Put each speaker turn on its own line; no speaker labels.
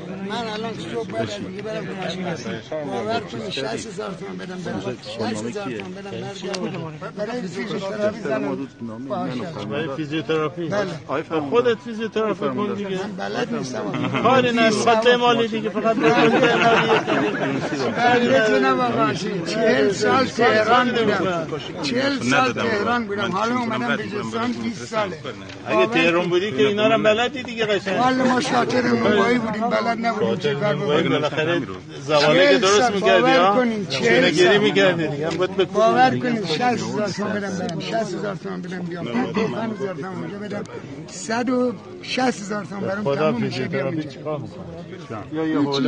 من الان صبح باید از دیگه برم کنم باور کنید 60 هزار تومن بدم برم 60 هزار تومن بدم برگردم برای فیزیوتراپی زنم
برای فیزیوتراپی
آقای فرمانده
خودت فیزیوتراپی کن دیگه
من بلد نیستم
کاری نه سطح مالی دیگه فقط
بله، بلدتونم آقا چهل سال تهران بودم چهل سال تهران بودم حالا اومدم بجستان 20 ساله
اگه تهران بودی که اینا رو بلدی دیگه قشنگ
حال ما شاطر نونوایی بودیم بلد نبودیم چه کار
باید
بکنیم
بالاخره زبانه که درست میکردی ها گیری میکردی دیگه هم باید بکن
باور کنید 60 هزار تومن بدم برم 60 هزار تومن بدم بیام 55 هزار تومن اونجا بدم 160 هزار تومن برام
خدا
تموم میشه بیام
فیزیوتراپی
اینجا
چیکار میکنه
یا یه حوله